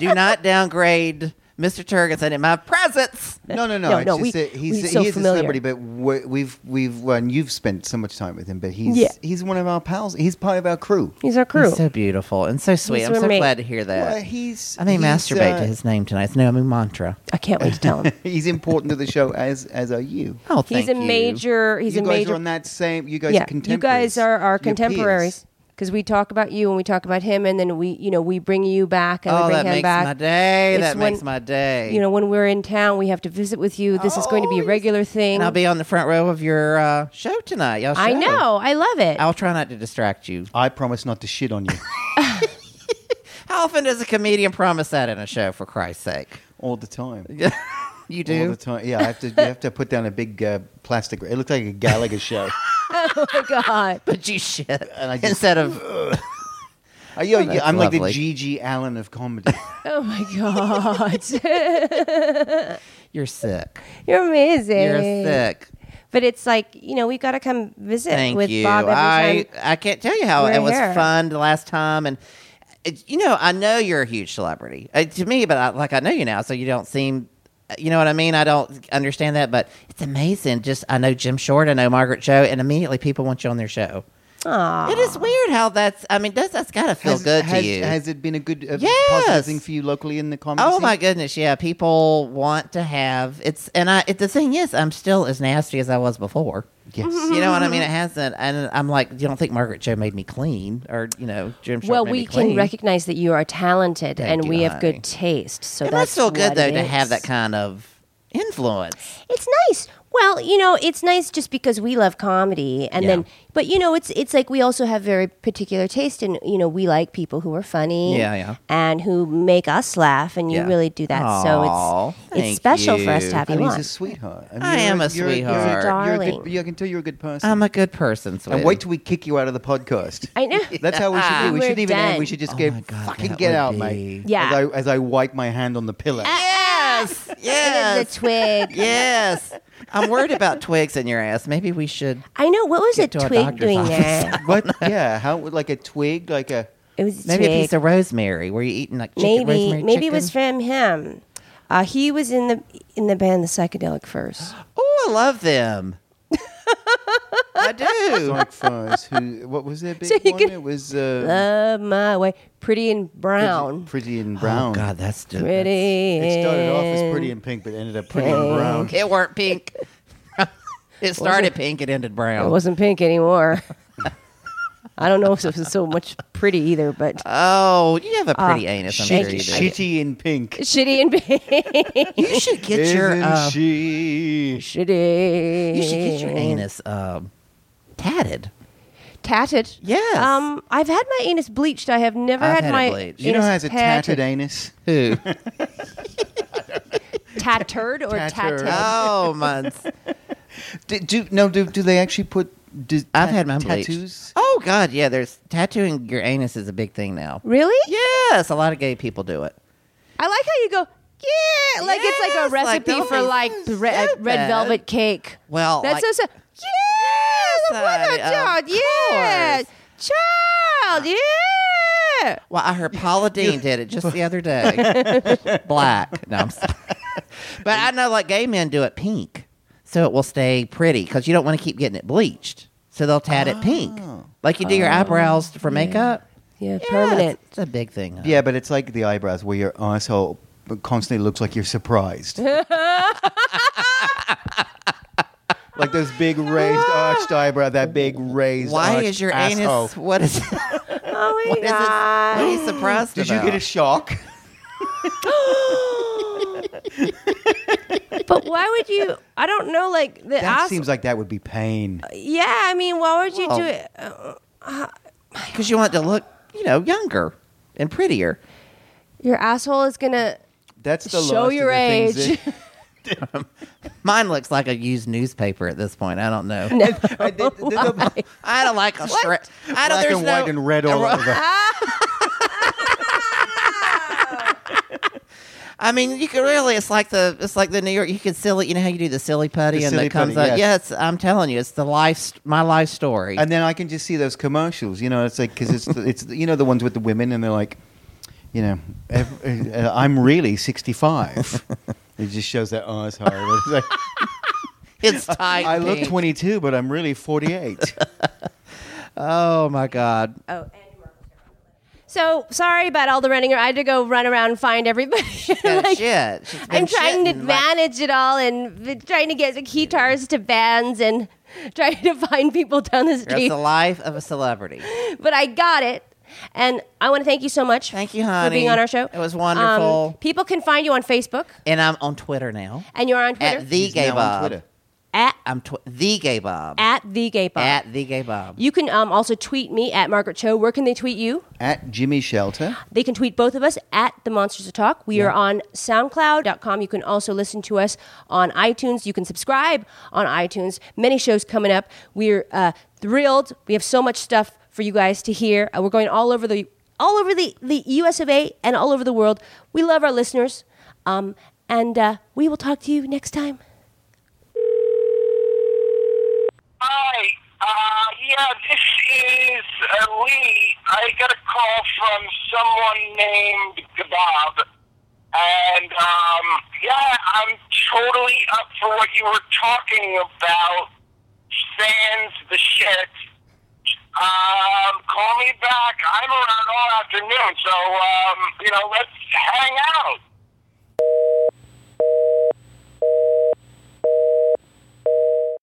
S2: Do not downgrade Mr. Turgeson in my presence.
S3: No, no, no.
S1: No,
S3: it's
S1: no,
S3: just
S1: we-
S3: that he's,
S1: he's so
S3: he is
S1: familiar.
S3: a celebrity, but we- we've we've well, and you've spent so much time with him, but he's
S1: Yeah.
S3: he's one of our pals. He's part of our crew.
S1: He's our crew.
S2: He's so beautiful and so sweet.
S1: He's
S2: I'm so
S1: roommate.
S2: glad to hear that.
S3: Well, he's
S2: I may
S3: he's,
S2: masturbate
S3: uh,
S2: to his name tonight. No, I mean mantra.
S1: I can't wait to tell him.
S3: He's important to
S1: (laughs)
S3: the show as as are you.
S2: (laughs) Oh,
S1: He's
S2: thank
S1: a
S2: you.
S1: major. He's
S3: you
S1: a
S3: guys
S1: major.
S3: are on that same. You guys,
S1: yeah,
S3: are contemporaries.
S1: you guys are our
S3: Your peers.
S1: contemporaries because we talk about you and we talk about him, and then we you know we bring you back and we
S2: Oh,
S1: bring
S2: that
S1: him
S2: makes
S1: back.
S2: my day.
S1: It's
S2: that
S1: when-
S2: makes my day. Oh,
S1: you know, when we're in town, we have to visit with you. This is going to be a regular thing.
S2: and I'll be on the front row of your uh, show tonight. Y'all
S1: I
S2: show.
S1: know. I love it.
S2: I'll try not to distract you.
S3: I promise not to shit on you
S2: How often does a comedian promise that in a show? For Christ's sake,
S3: all the time.
S2: you do.
S3: All the time. Yeah, I have to. You have to put down a big uh, plastic. It looked like a
S1: (laughs)
S3: Gallagher show.
S1: (laughs) oh my god. (laughs)
S2: (laughs) but you shit
S3: And I just-
S2: instead of
S3: Uh, yeah, yeah,
S2: that's
S3: I'm like
S2: lovely.
S3: the Gigi Allen of comedy.
S1: Oh my god. (laughs)
S2: you're sick.
S1: You're amazing.
S2: You're sick.
S1: But it's like you know we got to come visit
S2: Thank
S1: with
S2: you.
S1: Bob every
S2: I
S1: time.
S2: I can't tell you how
S1: we're
S2: it was
S1: here.
S2: fun the last time, and it, you know I know you're a huge celebrity uh, to me, but I, like I know you now, so you don't seem. uh, You know what I mean? I don't understand that, but it's amazing. Just I know Jim Short, I know Margaret Show, and immediately people want you on their show.
S1: Aw.
S2: It is weird how that's. I mean, does that's gotta feel
S3: Has-
S2: good
S3: has-
S2: to you?
S3: Has it been a good, a
S2: Yes.
S3: positive thing for you locally in the comedy?
S2: Oh
S3: scene?
S2: my goodness, yeah. People want to have it's, and I. It, the thing is, I'm still as nasty as I was before.
S3: Yes.
S2: You know what
S1: (laughs)
S2: I mean? It hasn't, and I'm like, you don't think Margaret Cho made me clean, or you know, Jim? Short
S1: Well,
S2: made
S1: we
S2: me
S1: can
S2: clean.
S1: recognize that you are talented
S2: Thank
S1: and
S2: you,
S1: we have
S2: honey.
S1: good taste. So
S2: And
S1: that's
S2: that's still good
S1: what
S2: though
S1: it
S2: to have
S1: is.
S2: that kind of influence.
S1: It's nice. Well, you know, it's nice just because we love comedy, and
S2: Yeah.
S1: then, but you know, it's it's like we also have very particular taste, and you know, we like people who are funny,
S2: Yeah, yeah.
S1: and who make us laugh, and you
S2: Yeah.
S1: really do that.
S2: Aw,
S1: so it's
S2: thank
S1: it's special for us
S2: you.
S1: to have
S3: I
S1: you
S3: mean,
S1: on.
S3: he's a sweetheart. mean,
S2: I
S3: you're
S2: am a
S3: you're You're
S2: sweetheart. Um,
S3: a, you're a
S1: Darling.
S3: good, you I can tell you're a good person.
S2: I'm a good person, sweetie.
S3: and wait till we kick you out of the
S2: (laughs)
S3: podcast.
S1: I know.
S3: That's how we should do. We
S1: We're
S3: shouldn't even end.
S1: done.
S3: We should just
S2: Oh
S3: go
S2: my God,
S3: fucking
S2: that
S3: get
S2: would
S3: out,
S2: be-
S3: mate.
S1: Yeah. Uh,
S3: As I, as I wipe my hand on the pillow.
S2: yes,
S1: The
S2: (laughs) yes,
S1: twig.
S2: (laughs) yes. I'm worried about twigs in your ass. Maybe we should.
S1: I know. What was
S2: Get
S1: a
S2: to a
S1: twig
S2: doctor's
S1: doing
S2: office.
S1: there?
S3: What? yeah. How? Like a twig? Like a.
S1: (laughs) It was a
S2: (laughs) Maybe a
S1: twig.
S2: piece of rosemary. Were you eating like chicken,
S1: maybe
S2: rosemary
S1: maybe it was
S2: chicken?
S1: from him. Uh, he was in the in the band the psychedelic
S2: (gasps)
S1: first.
S2: Oh, I love them. I do.
S3: Sonic Fires. Who? What
S1: (laughs)
S3: was their big
S1: So you
S3: one?
S1: can-
S3: it was uh,
S1: Love my way, pretty and brown.
S3: Pretty and Brown.
S2: Oh God, that's just,
S1: Pretty.
S3: It started off as
S1: and-
S3: Pretty and Pink, but ended up Pretty and Brown.
S2: It weren't pink. (laughs) it started pink. It ended
S1: It
S2: brown.
S1: wasn't pink anymore. I don't know if it was so much pretty either, but
S2: oh, you have a pretty anus. I'm sure
S3: Shitty,
S2: you do.
S3: shitty and Pink.
S1: shitty and pink.
S2: You should get your.
S3: Isn't
S2: uh,
S3: she?
S1: shitty.
S2: you should get your anus um, tatted.
S1: tatted.
S2: Yes.
S1: Um, I've had my anus bleached. I have never
S2: I've
S1: had,
S2: had it
S1: my
S2: bleached.
S3: You know
S1: anus
S3: how it's a tatted
S1: tatted,
S3: anus?
S2: Who?
S1: tattered or
S3: Tattered.
S1: tatted.
S2: (laughs) oh, my.
S3: Do, do no? Do do they actually put? Do,
S2: I've
S3: ta-
S2: had mine bleached.
S3: tattoos.
S2: Oh God, yeah. There's tattooing your anus is a big thing now.
S1: Really?
S2: Yes, a lot of gay people do it.
S1: I like how you go. Yeah, like it's like
S2: Yes,
S1: a
S2: like,
S1: recipe
S2: don't
S1: for
S2: be
S1: like
S2: so
S1: red, red
S2: stupid.
S1: velvet cake.
S2: Well,
S1: That's
S2: like-
S1: so. so yeah, look what
S2: Oh, honey,
S1: I
S2: of
S1: child. Yes, child. Yeah.
S2: Well, I heard Paula Dean did it just the other day. (laughs) Black. No, I'm sorry. (laughs) But I know like gay men do it pink. So it will stay pretty because you don't want to keep getting it bleached. So they'll tat it pink. Like you do your eyebrows for makeup.
S1: Yeah,
S2: Yeah,
S1: permanent.
S2: It's a big thing. huh?
S3: Yeah, but it's like the eyebrows where your asshole constantly looks like you're
S2: (laughs)
S3: surprised. like those big raised arched eyebrow, that big raised.
S2: Why
S3: arched
S2: is your
S3: asshole.
S2: anus? What is, (laughs)
S1: Oh my
S2: what is it? What
S1: god.
S2: are you surprised
S3: Did you
S2: about?
S3: get a shock?
S1: (gasps) But why would you? I don't know. Like the
S3: That
S1: ass.
S3: seems like that would be pain.
S2: Uh,
S1: yeah, I mean, why would you
S2: Well,
S1: do it? Uh,
S2: Because you want it to look, you know, younger and prettier.
S1: Your asshole is gonna.
S3: That's the
S1: Show
S3: last of
S1: your
S3: the things
S1: age.
S3: that- (laughs)
S2: Mine looks like a used newspaper at this point. I don't know. (laughs)
S3: I did- did the-
S2: I don't like a strip. Oh I don't.
S3: Black
S2: there's
S3: and white
S2: no-
S3: and red
S2: (laughs)
S3: all over.
S2: I mean, you could really. It's like the. It's like the New York. You could silly. You know how you do the silly putty
S3: The
S2: and
S3: silly
S2: that comes
S3: putty,
S2: up.
S3: yes.
S2: Yes, I'm telling you, it's the life. My life story.
S3: And then I can just see those commercials. You know, it's like because it's the, it's the- you know the ones with the women and they're like, you know, ev- uh, I'm really 65. it just shows that asshole. It's like,
S2: it's tight.
S3: (laughs) I look
S2: pink.
S3: 22, but I'm really 48.
S2: Oh my god. (laughs)
S1: Oh, and so sorry about all the running. around. I had to go run around and find everybody. (laughs)
S2: Got
S1: Like,
S2: shit. She's been
S1: I'm trying to
S2: shitting, like-
S1: manage it all and v- trying to get the guitars to bands and (laughs) trying to find people down the
S2: That's
S1: street.
S2: the life of a celebrity.
S1: But I got it. And I want to thank you so much.
S2: Thank you,
S1: For being
S2: honey.
S1: on our show. Um,
S2: It was wonderful.
S1: people can find you on Facebook
S2: And I'm on Twitter now
S1: and you're on Twitter
S2: at the
S3: He's
S2: gay
S3: now on
S2: bob.
S3: Twitter.
S1: at,
S2: I'm tw- the gay bob
S1: at the gay bar.
S2: at the gay bob.
S1: you can um, also tweet me at Margaret Cho. Where can they tweet you?
S3: At Jimmy Shelter.
S1: They can tweet both of us at the Monsters of Talk. We are on SoundCloud.com. You can also listen to us on iTunes. You can subscribe on iTunes. Many shows coming up. We're uh, thrilled. We have so much stuff for you guys to hear. Uh, we're going all over the all over the, the U.S. of A. and all over the world. We love our listeners, um, and uh, we will talk to you next time.
S4: Hi. Uh, yeah, this is uh, Lee. I got a call from someone named Kebab. And, um, yeah, I'm totally up for what you were talking about. Sans the shit. Um, call me back. I'm around all afternoon, so, um, you know, let's hang out.